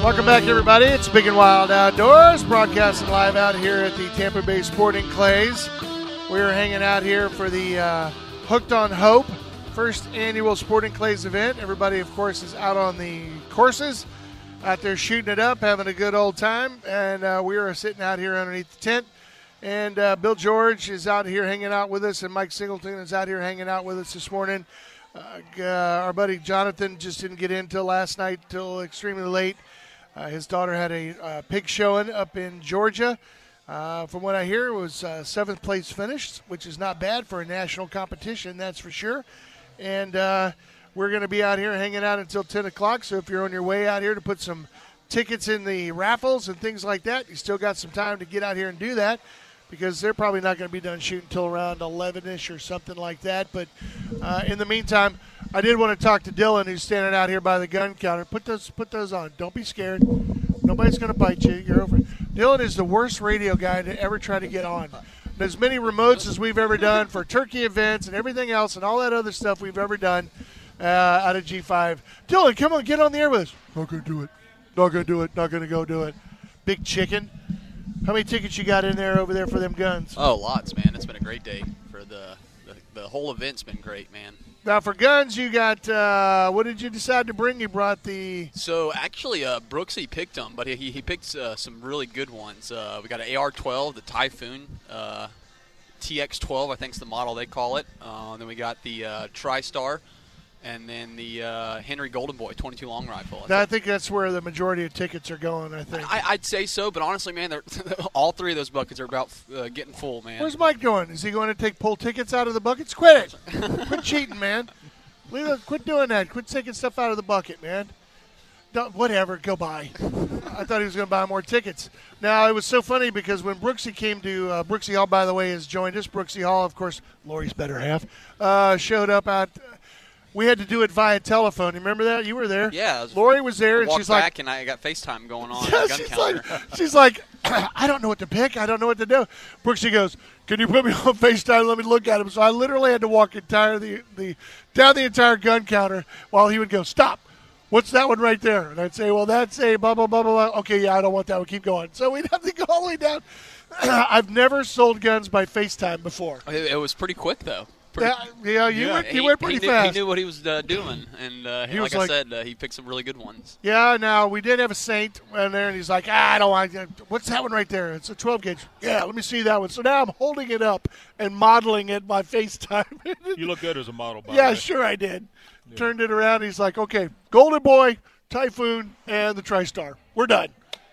Welcome back, everybody. It's Big and Wild Outdoors, broadcasting live out here at the Tampa Bay Sporting Clays. We are hanging out here for the uh, Hooked on Hope first annual Sporting Clays event. Everybody, of course, is out on the courses, out there shooting it up, having a good old time, and uh, we are sitting out here underneath the tent. And uh, Bill George is out here hanging out with us, and Mike Singleton is out here hanging out with us this morning. Uh, g- uh, our buddy Jonathan just didn't get in till last night, till extremely late. Uh, his daughter had a uh, pig showing up in Georgia. Uh, from what I hear, it was uh, seventh place finished, which is not bad for a national competition, that's for sure. And uh, we're going to be out here hanging out until 10 o'clock. So if you're on your way out here to put some tickets in the raffles and things like that. You still got some time to get out here and do that because they're probably not going to be done shooting until around 11ish or something like that. But uh, in the meantime, I did want to talk to Dylan, who's standing out here by the gun counter. Put those, put those on. Don't be scared. Nobody's going to bite you. You're over. Dylan is the worst radio guy to ever try to get on. And as many remotes as we've ever done for turkey events and everything else and all that other stuff we've ever done uh, out of G5. Dylan, come on, get on the air with us. Not going to do it. Not going to do it. Not going to go do it. Big chicken. How many tickets you got in there over there for them guns?
Oh, lots, man. It's been a great day for the the, the whole event's been great, man.
Now for guns, you got uh, what did you decide to bring? You brought the
So actually, uh, Brooksy picked them, but he, he picked uh, some really good ones. Uh, we got an AR-12, the Typhoon, uh, TX-12, I think's the model they call it. Uh, then we got the uh, TriStar, and then the uh, Henry Golden Boy 22 long rifle. I
I think that's where the majority of tickets are going. I think.
I, I'd say so, but honestly, man, they're, <laughs> all three of those buckets are about uh, getting full, man.
Where's Mike going? Is he going to take pull tickets out of the buckets? Quit
<laughs>
it! quit cheating, man. Leave it, quit doing that. Quit taking stuff out of the bucket, man. Don't, whatever, go buy. I thought he was going to buy more tickets. Now it was so funny because when Brooksy came to uh, Brooksy Hall, by the way, has joined us. Brooksy Hall, of course, Lori's better half, uh, showed up at. We had to do it via telephone. You remember that? You were there.
Yeah, I was-
Lori was there, and
Walked
she's
back,
like,
and I got FaceTime
<laughs>
going on.
yeah,
at the gun
she's
counter.
like, she's like, <clears throat> I don't know what to pick. I don't know what to do. Brooksy goes, can you put me <laughs> on FaceTime? Let me look at him. So I literally had to walk entire the, the down the entire gun counter while he would go, stop. What's that one right there? And I'd say, well, that's a blah, blah, blah, blah, blah. Okay, yeah, I don't want that one. Keep going. So we'd <laughs> have to go all the way down. <clears throat> I've never sold guns by FaceTime before.
It, it was pretty quick though. Pretty,
Yeah, yeah, you, Went, you went pretty
he knew,
fast.
He knew what he was uh, doing, and uh,
He was
like,
like-
I said, uh, he picked some really good ones.
Yeah, now we did have a Saint in there, and he's like, ah, I don't want What's that one right there? It's a 12 gauge. Yeah, let me see that one. So now I'm holding it up and modeling it by FaceTime. <laughs>
You look good as a model, by the
yeah,
way.
sure I did. Turned it around. He's like, okay, Golden Boy, Typhoon, and the TriStar. We're done.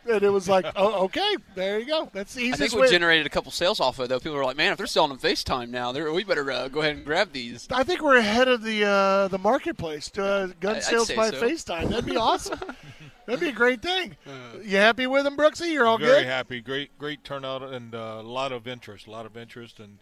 And it was
<laughs>
like, oh, okay, there you go. That's the
I
easiest
think
way.
we generated a couple sales off of it, though. People were like, "Man, if they're selling them FaceTime now, they're- we better uh, go ahead and grab these."
I think we're ahead of the uh, the marketplace to uh, gun
I'd
sales
say
by
so.
FaceTime. That'd
<laughs>
be awesome. That'd be a great thing.
Uh.
You happy with him, Brooksy? You're all
Very
good.
happy. Great, great turnout, and uh, a lot of interest. A lot of interest, and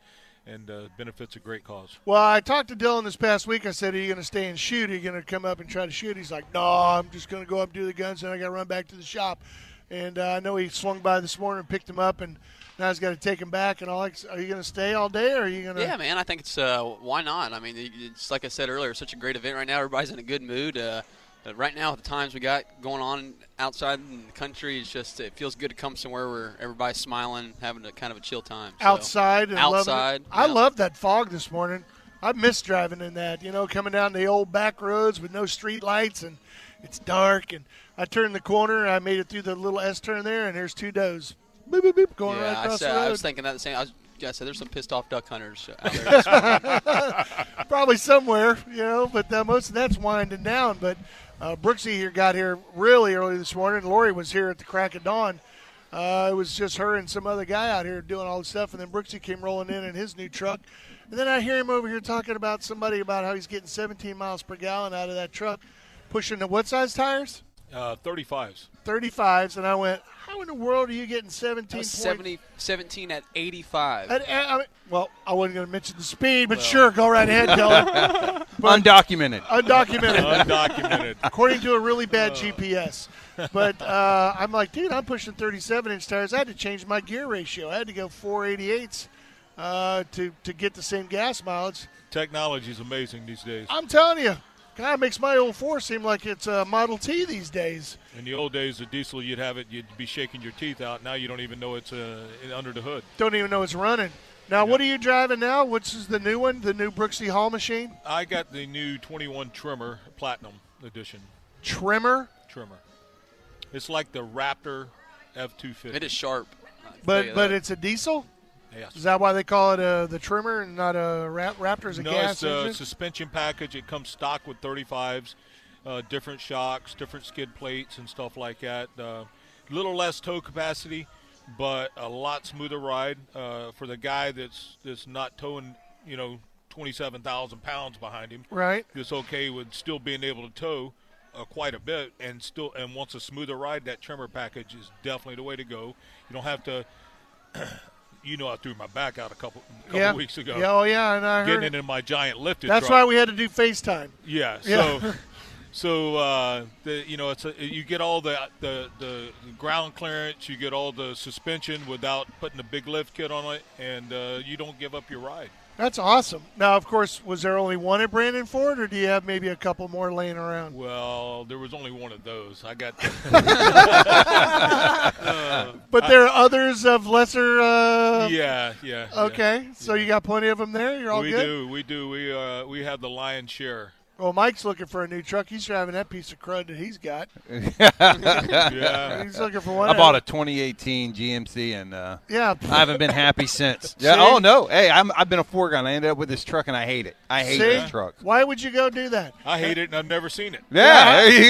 and uh, benefits a great cause.
Well, I talked to Dylan this past week. I said, "Are you going to stay and shoot? Are you going to come up and try to shoot?" He's like, "No, I'm just going to go up do the guns, and I got to run back to the shop." And uh, I know he swung by this morning and picked him up, and now he's got to take him back. And all that. are you going to stay all day, or are you going to?
Yeah, man, I think it's uh, why not? I mean, it- it's like I said earlier, it's such a great event right now. Everybody's in a good mood. Uh, uh, right now, the times we got going on outside in the country, it's just it feels good to come somewhere where everybody's smiling, having a kind of a chill time. So,
outside and loving it.
outside.
I
yeah.
love that fog this morning. I miss driving in that, you know, coming down the old back roads with no street lights and it's dark and I turned the corner and I made it through the little S turn there and there's two does. Boop boop boop going
Yeah,
right
I,
across
said,
the road.
I was thinking that the same. I, was, yeah, I said there's some pissed off duck hunters
<laughs>
out there. this morning.
probably somewhere, you know. But uh, most of that's winding down. But uh, Brooksy here got here really early this morning. Lori was here at the crack of dawn. Uh, it was just her and some other guy out here doing all the stuff, and then Brooksy came rolling in in his new truck. And then I hear him over here talking about somebody about how he's getting 17 miles per gallon out of that truck, pushing the what size tires?
Uh, Thirty-fives.
35s. And I went, how in the world are you getting 17?
That was
point-
70, 17 at 85.
I, I- I mean- well, I wasn't going to mention the speed, but sure, go right ahead, Dylan.
Undocumented.
Undocumented. <laughs>
Undocumented.
according to a really bad
Uh.
GPS. But uh, I'm like, dude, I'm pushing 37 inch tires. I had to change my gear ratio. I had to go 488s uh, to to get the same gas mileage.
Technology is amazing these days.
I'm telling you, God makes my old four seem like it's a Model T these days.
In the old days, the diesel, you'd have it, you'd be shaking your teeth out. Now you don't even know it's uh, in- under the hood.
Don't even know it's running. Now, what are you driving now? Which is the new one, the new Brooksy Hall machine?
I got the new 21 trimmer, platinum edition
Trimmer,
trimmer. It's like the Raptor F250.
it is sharp. I'll tell
but
you
but
that.
it's a diesel.
Yes.
Is that why they call it uh, the trimmer and not a Ra- Raptor's a
no,
gas
it's a
engine?
suspension package. It comes stock with 35s, uh, different shocks, different skid plates, and stuff like that. A little less tow capacity, but a lot smoother ride uh, for the guy that's that's not towing, you know, 27,000 pounds behind him.
right.
It's okay with still being able to tow. uh, quite a bit and still and wants a smoother ride, that trimmer package is definitely the way to go. You don't have to. <clears throat> you know, I threw my back out a couple, couple
yeah.
weeks ago.
Yeah, oh yeah, and I
Getting
heard.
it in my giant lifted.
That's
truck.
why we had to do FaceTime. <laughs>
Yeah.
Yeah.
So, so uh, the, you know, it's a, you get all the, the the ground clearance, you get all the suspension without putting a big lift kit on it, and uh, you don't give up your ride.
That's awesome. Now, of course, was there only one at Brandon Ford, or do you have maybe a couple more laying around?
Well, there was only one of those. I got
<laughs> But there are others of lesser. Uh,
yeah, yeah.
Okay, so you got plenty of them there. You're all
We
good.
do, we do, we uh, we have the lion's share.
Well, Mike's looking for a new truck. He's driving that piece of crud that he's got.
Yeah.
He's looking for one.
I bought a 2018 GMC and uh,
Yeah.
I haven't been <laughs> happy since. Yeah. Oh no. Hey, I'm, I've been a fourgon. I ended up with this truck and I hate it. I hate
See?
this truck.
Why would you go do that?
I hate it, and I've never seen it.
Yeah, there you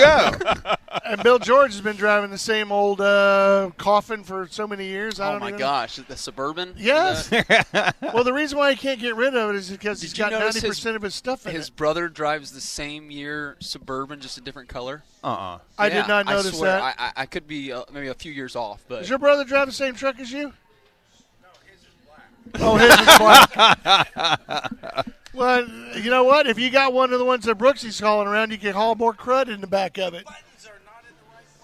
go.
And Bill George has been driving the same old uh, coffin for so many years. I
Oh
don't
my
even-
gosh, the suburban. <laughs> Uh,
Yes. well, the reason why he can't get rid of it is because he's
Did you
got
notice
ninety
his-
percent of his stuff in
His
it.
brother drives the same year suburban, just a different color.
Uh uh
I
Yeah,
did not
I
notice
swear,
that.
I, I, I could be uh, maybe a few years off, but
Does your brother drive the same truck as you? No, his is black. Oh, his is black.
<laughs>
well, you know what? If you got one of the ones that Brooksy's hauling around, you can haul more crud in the back of it.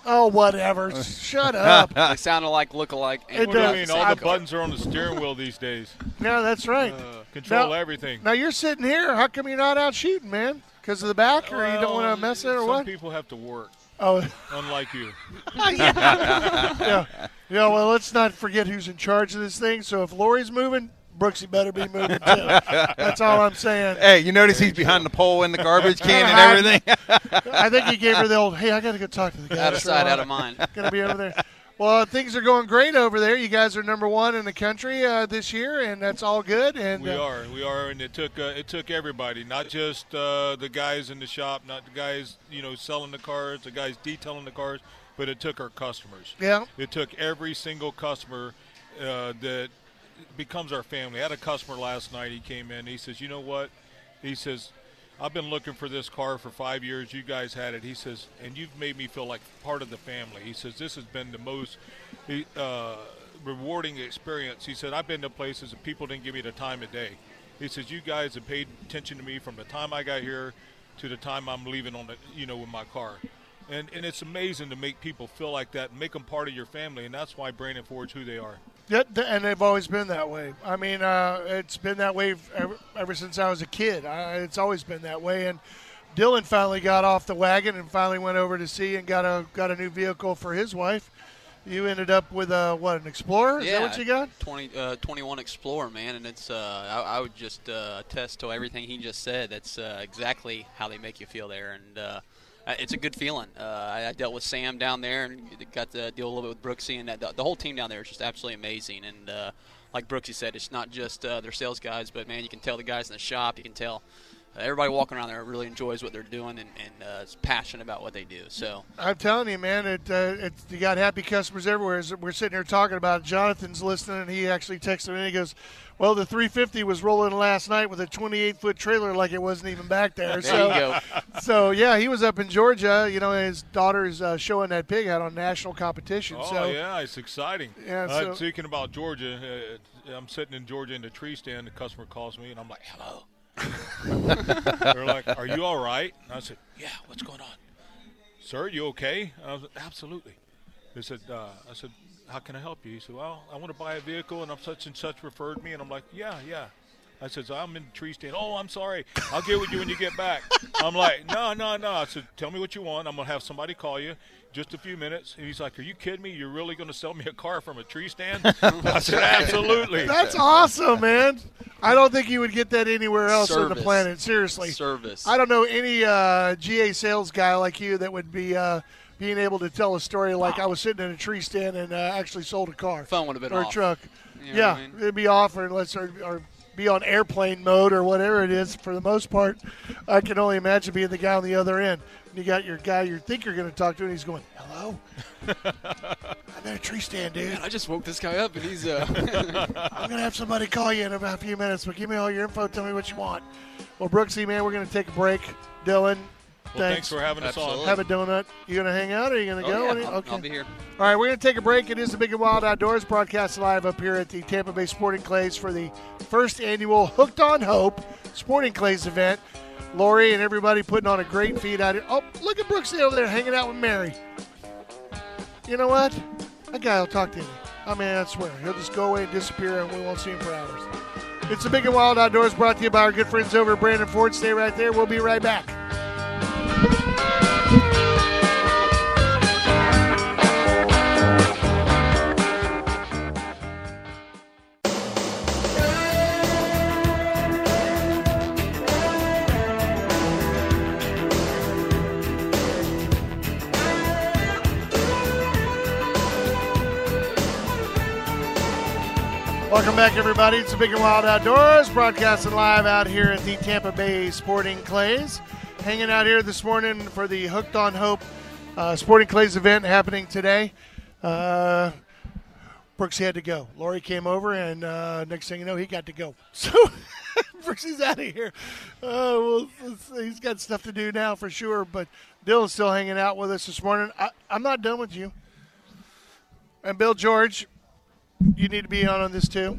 Oh, whatever. Shut
<laughs>
up.
they sound alike, look alike. and
It
What do
does.
you
drive
mean?
the
All
same
the
color.
buttons are on the steering wheel
<laughs>
these days. Uh,
No, that's right.
Control
Now-
everything.
Now you're sitting here. How come you're not out shooting, man? Because of the back, or you don't want
Well,
to mess it, or
some
what?
people have to work,
Oh, <laughs>
unlike you.
yeah, yeah. Well, let's not forget who's in charge of this thing. So if Lori's moving, Brooksy better be moving too.
<laughs>
That's all I'm saying.
Hey, you notice he's behind the pole in the garbage can <laughs> and
Hiding.
everything.
I think he gave her the old, "Hey, I got to go talk to the guy."
Out of
<laughs>
sight, out of mind.
Gonna be over there. Well, things are going great over there. You guys are number one in the country uh, this year, and that's all good. And
We
uh,
are, we are, and it took uh, it took everybody, not just uh, the guys in the shop, not the guys you know selling the cars, the guys detailing the cars, but it took our customers.
Yeah.
it took every single customer uh, that becomes our family. I had a customer last night. He came in. He says, "You know what?" He says, "I've been looking for this car for five years. You guys had it." He says, "And you've made me feel like part of the family." He says, "This has been the most." he, Uh, rewarding experience he said i've been to places that people didn't give me the time of day he says, "You guys have paid attention to me from the time I got here to the time I'm leaving on the, you know, with my car." And, and it's amazing to make people feel like that, make them part of your family, and that's why Brandon Ford's who they are.
Yeah, th- and they've always been that way. I mean, uh, it's been that way ever, ever since I was a kid. I, it's always been that way. And Dylan finally got off the wagon and finally went over to sea and got a got a new vehicle for his wife. You ended up with a what an Explorer? Is
yeah,
that what you got?
20, uh, 21 Explorer, man, and it's uh, I, I would just uh, attest to everything he just said. That's uh, exactly how they make you feel there, and uh, I- it's a good feeling. Uh, I, I dealt with Sam down there and got to deal a little bit with Brooksy, and that, the, the whole team down there is just absolutely amazing. And uh, like Brooksy said, it's not just uh, their sales guys, but man, you can tell the guys in the shop. You can tell. uh, Everybody walking around there really enjoys what they're doing and, and uh, is passionate about what they do. So
I'm telling you, man, it, uh, it's you got happy customers everywhere. As we're sitting here talking about it, Jonathan's listening, and he actually texted me and he goes, "Well, the 350 was rolling last night with a 28 foot trailer, like it wasn't even back there."
there
so,
you go.
So yeah, he was up in Georgia. You know, his daughter's uh, showing that pig out on national competition.
Oh
so
yeah, it's exciting.
Yeah,
Uh,
so-
speaking about Georgia, uh, I'm sitting in Georgia in the tree stand. The customer calls me, and I'm like, "Hello." <laughs> They're like, "Are you all right?" And I said, "Yeah." What's going on, sir? You okay? And I was like, "Absolutely." They said, uh, "I said, how can I help you?" He said, "Well, I want to buy a vehicle, and I'm such and such referred me." And I'm like, "Yeah, yeah." I says, I'm in the tree stand. Oh, I'm sorry. I'll get with you when you get back. I'm like, no, no, no. I said, tell me what you want. I'm going to have somebody call you just a few minutes. And he's like, are you kidding me? You're really going to sell me a car from a tree stand? I said, absolutely.
that's awesome, man. I don't think you would get that anywhere else on the
Service.
planet. Seriously,
Service.
I don't know any uh, GA sales guy like you that would be uh, being able to tell a story like I was sitting in a tree stand and uh, actually sold a car.
Phone would have been
or a
off.
truck.
You know
yeah,
what I mean?
it'd be off or unless or, or be on airplane mode or whatever it is. For the most part, I can only imagine being the guy on the other end. And you got your guy you think you're going to talk to, and he's going, "Hello,
<laughs>
I'm in a tree stand, dude.
I just woke this guy up, and
<laughs>
he's uh,
I'm going to have somebody call you in about a few minutes, but give me all your info. Tell me what you want." Well, Brooksy, man, we're going to take a break. Dylan,
Well, thanks, for having us
Absolutely.
on.
Have a donut. You gonna hang out or you gonna
Oh,
go?
yeah,
Any-
I'll,
okay.
I'll be here.
All right, we're going to take a break. It is the Big and Wild Outdoors broadcast live up here at the Tampa Bay Sporting Clays for the first annual Hooked on Hope Sporting Clays event. Lori and everybody putting on a great feed out here. Oh, look at Brooksy over there hanging out with Mary. You know what? That guy will talk to you. I mean, I swear, he'll just go away and disappear, and we won't see him for hours. It's the Big and Wild Outdoors brought to you by our good friends over at Brandon Ford. Stay right there. We'll be right back. Welcome back, everybody. It's the Big and Wild Outdoors, broadcasting live out here at the Tampa Bay Sporting Clays. Hanging out here this morning for the Hooked on Hope uh, Sporting Clays event happening today. Uh, Brooksy had to go. Lori came over, and uh, next thing you know, he got to go. <laughs> So Brooksy's out of here. Uh, well, let's- he's got stuff to do now for sure, but Dylan's still hanging out with us this morning. I, I'm not done with you. And Bill George, you need to be on on this too.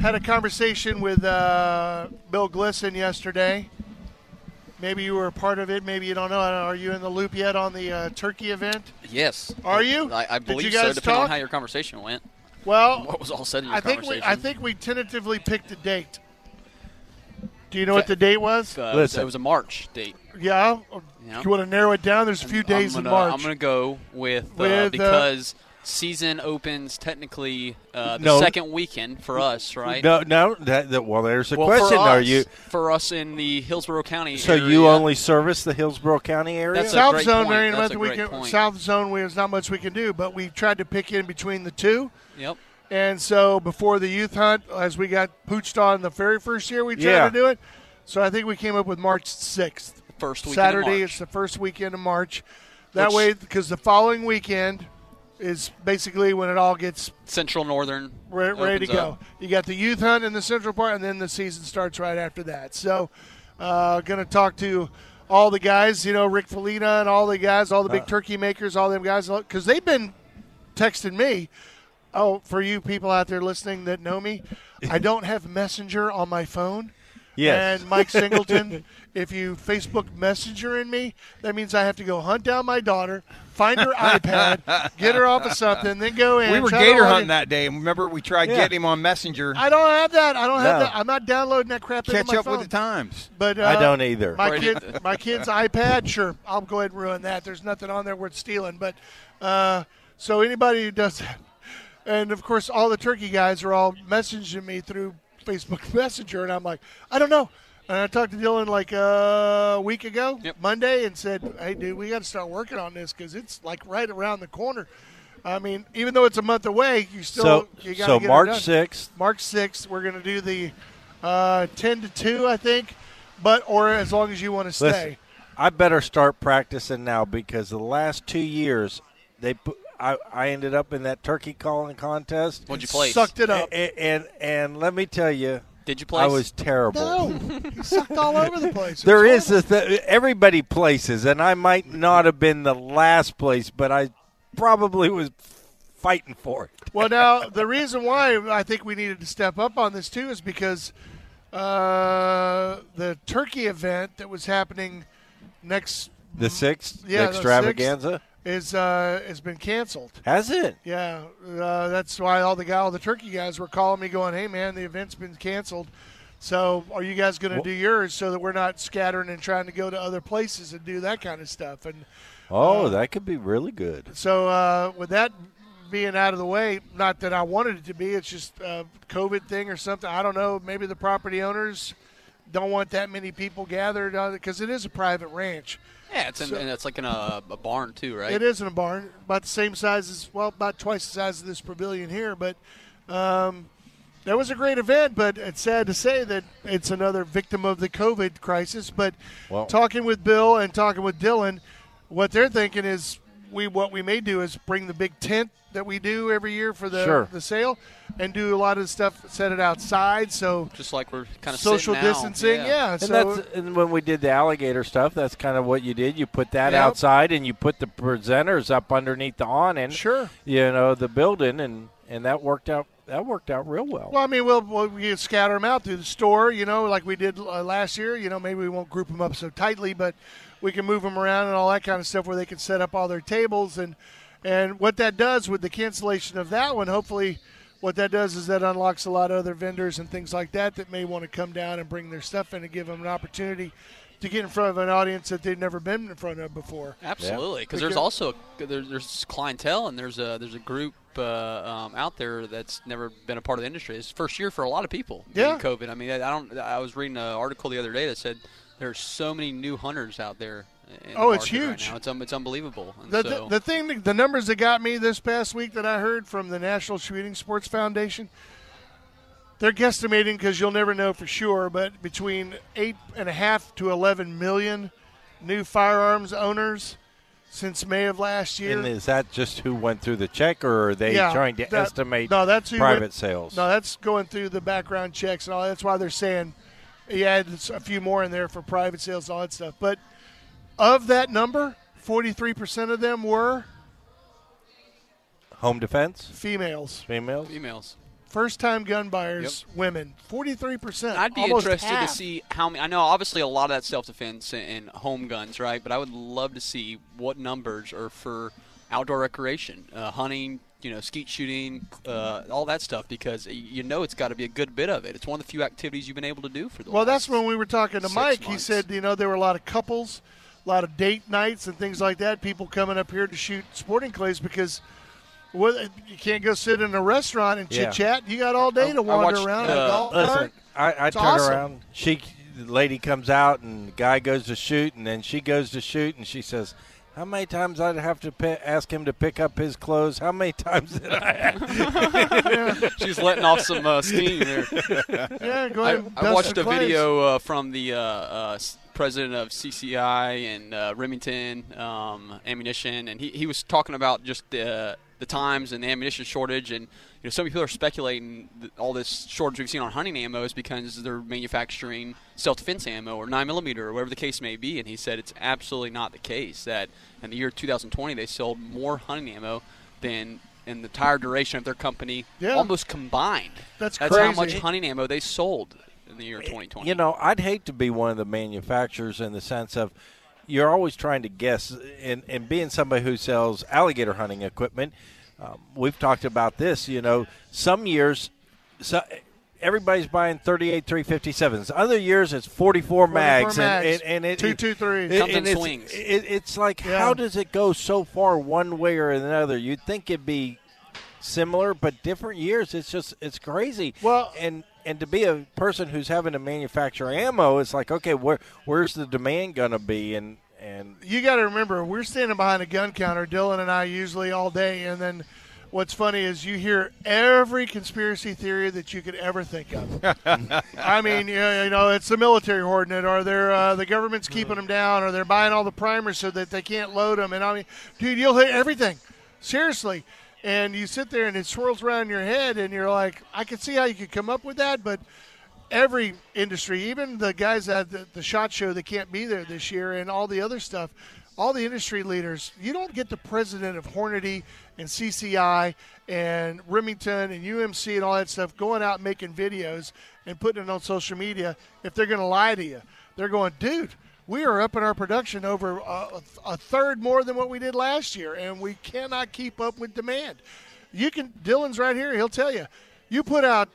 Had a conversation with uh, Bill Glisson yesterday. Maybe you were a part of it. Maybe you don't know. I don't know. Are you in the loop yet on the uh, turkey event?
Yes.
Are you?
I, I
Did
believe
you
so,
guys
depending
talk?
on how your conversation went.
Well,
What was all said in your
I think we
conversation.
I think we tentatively picked a date. Do you know what the date was?
uh,
Listen.
it was a March date.
Yeah.
Yeah.
You want to narrow it down? There's a few days
I'm gonna,
in March.
I'm going to go with, uh,
With, uh,
because season opens technically uh, the
No.
second weekend for us, right?
No, no. That, that, well, there's a
Well,
question.
for us,
Are you
for us in the Hillsborough County?
so
area,
you only service the Hillsborough County area?
That's a
South
great
Zone,
point.
Marion,
That's a
we
great
can,
point.
South Zone, we, there's not much we can do, but we tried to pick in between the two.
Yep.
And so before the youth hunt, as we got pooched on the very first year, we tried
Yeah.
to do it. So I think we came up with March 6th.
First weekend of
Saturday,
March.
it's the first weekend of March. That
Which-
way, because the following weekend is basically when it all gets
Central Northern.
re- ready to
opens
go.
up.
You got the youth hunt in the central part, and then the season starts right after that. So, uh, going to talk to all the guys, you know, Rick Felina and all the guys, all the
Uh.
big turkey makers, all them guys, because they've been texting me. Oh, for you people out there listening that know me, I don't have Messenger on my phone.
Yes.
And Mike
<laughs>
Singleton, if you Facebook Messenger in me, that means I have to go hunt down my daughter, find her iPad, get her off of something, then go in.
We were
try to
gator
log
hunting
in.
that day, and remember we tried
Yeah.
getting him on Messenger.
I don't have that. I don't have
No.
that. I'm not downloading that crap into
Catch
my
up
phone.
with the times.
But uh,
I don't either.
My
Right.
kid, my kid's iPad. Sure, I'll go ahead and ruin that. There's nothing on there worth stealing. But uh, so anybody who does that, and of course all the turkey guys are all messaging me through Facebook <laughs> Messenger, and I'm like, I don't know. And I talked to Dylan like uh, a week ago,
Yep.
Monday, and said, "Hey, dude, we got to start working on this because it's like right around the corner." I mean, even though it's a month away, you still
so,
you got to
so
get it
March
done.
6th.
March 6th, we're going to do the uh, 10 to 2, I think, but or as long as you want to stay.
Listen, I better start practicing now because the last two years they put, I, I ended up in that turkey calling contest.
What'd you place?
Sucked it up.
And, and and let me tell you,
Did you place?
I was terrible.
No, he sucked all over the place.
There
It's
is a th- everybody places, and I might not have been the last place, but I probably was fighting for it.
Well, now the reason why I think we needed to step up on this too is because uh, the turkey event that was happening next
The sixth
Yeah, the
extravaganza
is uh, has been canceled.
has it.
Yeah, uh, that's why all the guy, all the turkey guys were calling me, going, "Hey, man, the event's been canceled. So, are you guys going to do yours so that we're not scattering and trying to go to other places and do that kind of stuff?" And Uh,
Oh, that could be really good.
so, uh, with that being out of the way, not that I wanted it to be, it's just a COVID thing or something. I don't know. Maybe the property owners don't want that many people gathered because it is a private ranch.
yeah, it's in, and it's like in a, a barn too, right?
It is in a barn, about the same size as well, about twice the size of this pavilion here. But um, that was a great event. But it's sad to say that it's another victim of the COVID crisis. But
Well-
talking with Bill and talking with Dylan, what they're thinking is we what we may do is bring the big tent that we do every year for the
Sure.
the sale, and do a lot of stuff, set it outside. So
Just like we're kind of
social distancing, yeah.
And
so
that's and when we did the alligator stuff. That's kind of what you did. You put that
Yep.
outside, and you put the presenters up underneath the awning.
sure.
You know the building, and and that worked out. That worked out real well.
Well, I mean, we'll, we'll we can scatter them out through the store, you know, like we did uh, last year. You know, maybe we won't group them up so tightly, but we can move them around and all that kind of stuff where they can set up all their tables. And, and what that does with the cancellation of that one, hopefully, what that does is that unlocks a lot of other vendors and things like that that may want to come down and bring their stuff in and give them an opportunity to get in front of an audience that they've never been in front of before.
Absolutely,
Because-
because there's also there, there's clientele and there's a there's a group uh, um, out there that's never been a part of the industry. It's first year for a lot of people. being
Yeah.
COVID. I mean, I don't. I was reading an article the other day that said there's so many new hunters out there. in the
Oh, it's
market right
huge.
now. It's um, it's unbelievable. And
The,
so,
the thing, that- the numbers that got me this past week that I heard from the National Shooting Sports Foundation, they're guesstimating because you'll never know for sure, but between eight and a half to eleven million new firearms owners since May of last year.
and is that just who went through the check, or are they
Yeah,
trying to
that-
estimate
no, that's who
private
went-
sales?
No, that's going through the background checks and all. That's why they're saying you add a few more in there for private sales, all that stuff. But of that number, forty-three percent of them were
Home defense,
females.
females.
emails.
First time gun buyers, women, 43%.
I'd be
almost
interested
half.
to see how many. I know obviously a lot of that self defense and home guns, right? But I would love to see what numbers are for outdoor recreation, uh, hunting, you know, skeet shooting, uh, all that stuff, because y- you know it's got to be a good bit of it. It's one of the few activities you've been able to do for the.
Well, that's
last-
when we were talking to
six
Mike. He
months.
said, you know, there were a lot of couples, a lot of date nights and things like that. People coming up here to shoot sporting clays because what, you can't go sit in a restaurant and
Yeah.
chit chat. You got all day
I-
to
I
wander
watched,
around in a
uh,
golf
Listen,
cart.
I, I
It's
turn
awesome.
around. She, the lady comes out, and the guy goes to shoot, and then she goes to shoot, and she says, "How many times I'd have to pi ask him to pick up his clothes? How many <laughs> times did I?"
<laughs> she's letting off some uh, steam there.
Yeah, go ahead.
I,
and
I
dust
watched
the
a
clays.
video uh, from the uh, uh, s- president of CCI and uh, Remington um, Ammunition, and he, he was talking about just the the times and the ammunition shortage, and you know so many people are speculating that all this shortage we've seen on hunting ammo is because they're manufacturing self defense ammo or nine millimeter or whatever the case may be, and he said it's absolutely not the case that in the year 2020 they sold more hunting ammo than in the entire duration of their company
Yeah.
almost combined
That's
how
crazy.
much hunting ammo they sold in the year 2020.
Eh, You know, I'd hate to be one of the manufacturers in the sense of you're always trying to guess. And, and being somebody who sells alligator hunting equipment, um, we've talked about this. You know, some years, so everybody's buying 38 357s. Other years, it's 44,
44
mags, and-
mags,
And, and it
two, two, three.
it-
Comes in
and it's-
swings.
It, it's like,
Yeah.
how does it go so far one way or another? You'd think it'd be similar but different years it's just it's crazy
Well-
and and to be a person who's having to manufacture ammo it's like okay where where's the demand gonna be and and
you got to remember, we're standing behind a gun counter, Dylan and I usually all day. And then what's funny is you hear every conspiracy theory that you could ever think of. I mean, you know, you know, it's the military hoarding it, or they're uh, the government's keeping them down, or they're buying all the primers so that they can't load them. And I mean, dude, you'll hear everything. Seriously. And you sit there and it swirls around your head, and you're like, I can see how you could come up with that, but every industry, even the guys at the, the shot show that can't be there this year and all the other stuff, all the industry leaders, you don't get the president of Hornady and CCI and Remington and UMC and all that stuff going out making videos and putting it on social media if they're going to lie to you. They're going, dude, we are upping our production over a, a third more than what we did last year, and we cannot keep up with demand. You can, Dylan's right here, he'll tell you. You put out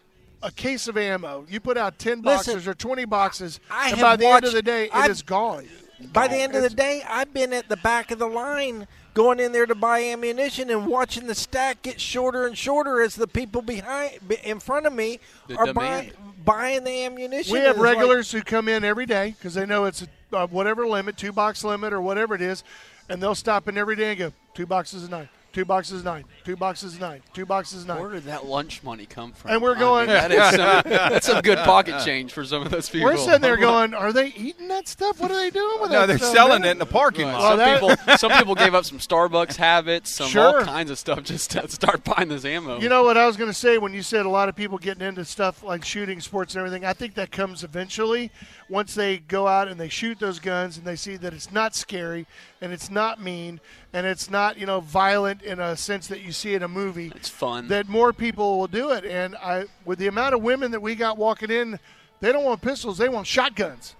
a case of ammo. You put out ten
Listen,
boxes or twenty boxes,
I
and
have
by the end of
watched-
the day, it
I've-
is gone.
by the end of the day i've been at the back of the line going in there to buy ammunition and watching the stack get shorter and shorter as the people behind be- in front of me
The
are buying
demand.
buying the ammunition
We have
It's like,
regulars who come in every day because they know it's a, uh, whatever limit, two box limit or whatever it is, and they'll stop in every day and go two boxes a night, Two boxes nine. Two boxes nine. Two boxes nine.
Where did that lunch money come from?
And we're
I
going-
mean, that is
<laughs>
some, that's some good pocket change for some of those people.
We're sitting there going, are they eating that stuff? What are they doing with
No,
that
they're
stuff,
selling
man?"
it in the parking lot.
Well,
some
that-
people, some people gave up some Starbucks habits, some
Sure.
all kinds of stuff just to start buying this ammo.
You know what I was going to say when you said a lot of people getting into stuff like shooting sports and everything? I think that comes eventually once they go out and they shoot those guns and they see that it's not scary and it's not mean and it's not, you know, violent in a sense that you see in a movie.
it's fun.
That more people will do it. And I, with the amount of women that we got walking in, they don't want pistols, they want shotguns.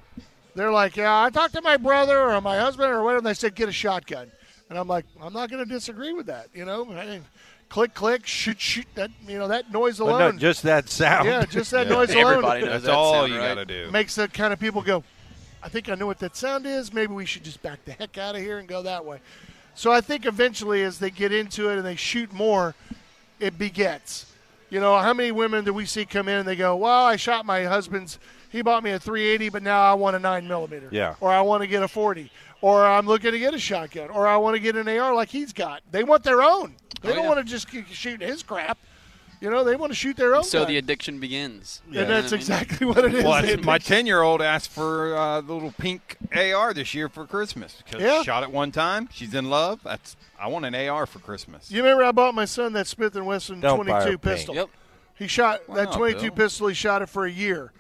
They're like, yeah, I talked to my brother or my husband or whatever. And they said, get a shotgun. And I'm like, I'm not going to disagree with that. You know, Hey, click, click, shoot, shoot. That, you know, that noise
But
alone.
no, just that sound. <laughs>
yeah, just that noise
<laughs>
alone
Everybody knows
That's
that
all
sound,
you
right?
got to do.
makes the kind of people go, I think I know what that sound is. Maybe we should just back the heck out of here and go that way. So I think eventually, as they get into it and they shoot more, it begets. You know, how many women do we see come in and they go, "Well, I shot my husband's. He bought me a 380, but now I want a nine millimeter.
Yeah.
Or I want to get a 40. Or I'm looking to get a shotgun. Or I want to get an AR like he's got. They want their own. They
Oh,
don't
yeah.
want to just keep shooting his crap. You know, they want to shoot their own.
So
gun.
the addiction begins. You
and
know
that's
what I mean?
exactly what it <laughs> is.
Well,
It
my ten-year-old asked for uh, the little pink AR this year for Christmas because
Yeah.
she shot it one time. She's in love. That's I want an AR for Christmas.
You remember I bought my son that Smith and Wesson
Don't buy
22
her paint.
pistol.
Yep.
He shot that
Wow,
22
Bill.
pistol. He shot it for a year,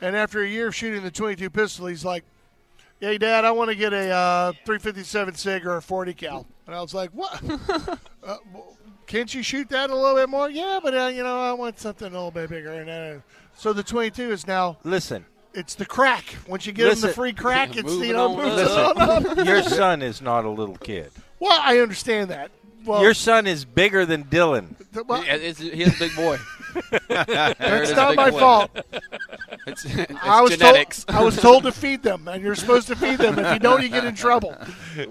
and after a year of shooting the 22 pistol, he's like, "Hey, Dad, I want to get a uh, 357 Sig or a 40 cal." And I was like, "What? uh, w- can't you shoot that a little bit more?" Yeah, but uh, you know, I want something a little bit bigger. And uh, so the 22 is now <laughs>
Listen,
it's the crack. Once you give him
Listen.
the free crack,
Yeah,
it's you
moving
know
on
moves
up.
on up.
your son is not a little kid.
<laughs> Well, I understand that. Well,
Your son is bigger than Dylan.
th- well,
Yeah, it's- he is a
<laughs>
big boy. There it
that's
is, a
not
big
my
boy.
fault.
<laughs> It's, it's
I was
genetics.
told I was told to feed them, and you're supposed to feed them. If you don't, you get in trouble.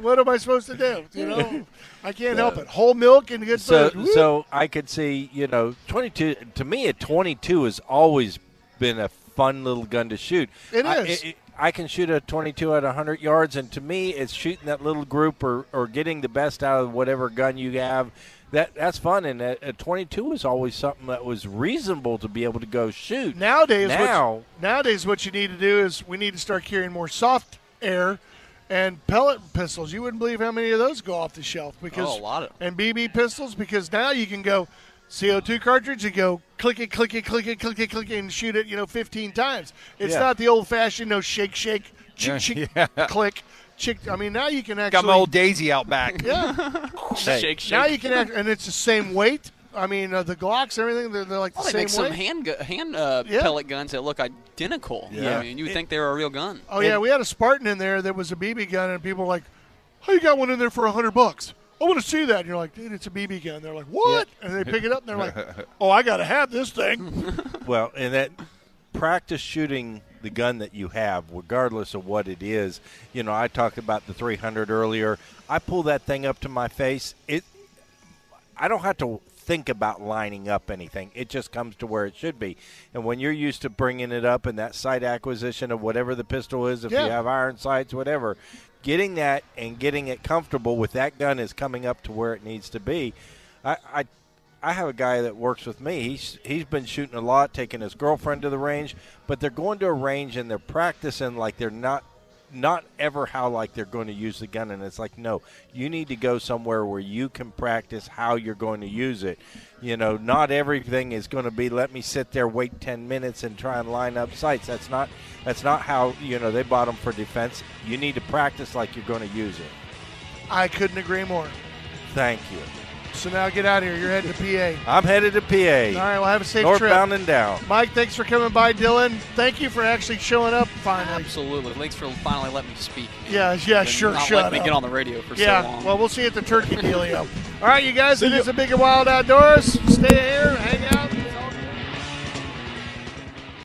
What am I supposed to do? You know, I can't help it. Whole milk and good
So,
food. Woo!
so I could see, you know, 22. To me, a 22 has always been a fun little gun to shoot.
It
I,
is.
I can shoot a 22 at 100 yards, and to me, it's shooting that little group or, or getting the best out of whatever gun you have. That that's fun, and a, a 22 was always something that was reasonable to be able to go shoot.
nowadays,
now,
what, nowadays, what you need to do is we need to start carrying more soft air and pellet pistols. You wouldn't believe how many of those go off the shelf because
Oh, a lot of-
and BB pistols because now you can go CO2 cartridge and go click it, click it, click it, click it, click it, and shoot it. You know, 15 times. It's
Yeah.
not the old fashioned no shake, shake, chick,
<laughs>
chick, click, chick. I mean, now you can actually
Got my old Daisy out back.
yeah.
hey,
shake, shake.
now you can act, and it's the same weight. I mean, uh, the Glocks, everything they're, they're like the
Well, they
same
make some
weight.
hand gu- hand uh,
Yeah.
pellet guns that look identical.
Yeah.
I mean, you would think they were a real gun.
Oh yeah, we had a Spartan in there that was a BB gun, and people were like, "How you got one in there for a hundred bucks? I want to see that." And you're like, "Dude, it's a BB gun." They're like, "What?" And they pick it up, and they're like, "Oh, I gotta have this thing."
Well, and that practice shooting the gun that you have, regardless of what it is. You know, I talked about the 300 earlier. I pull that thing up to my face. It, I don't have to think about lining up anything. It just comes to where it should be. And when you're used to bringing it up and that sight acquisition of whatever the pistol is, if
Yeah.
you have iron sights, whatever, getting that and getting it comfortable with that gun is coming up to where it needs to be. I, I I have a guy that works with me. He's he's been shooting a lot, taking his girlfriend to the range, but they're going to a range and they're practicing like they're not not ever how like they're going to use the gun and it's like no you need to go somewhere where you can practice how you're going to use it you know not everything is going to be let me sit there wait 10 minutes and try and line up sights that's not that's not how you know they bought them for defense you need to practice like you're going to use it
I couldn't agree more.
thank you
So now get out of here. You're heading to
i'm headed to
PA.
pa
All right, well have a safe trip.
northbound and down
Mike, thanks for coming by, Dylan. Thank you for actually showing up finally.
Absolutely. Thanks for finally letting me speak. man.
Yeah, yeah,
Been
sure.
Not
shut
letting me
up.
get on the radio for
yeah,
so long. <laughs>
well, we'll see you at the turkey dealio. All right, you guys, it is a big and wild outdoors. Stay here, hang out.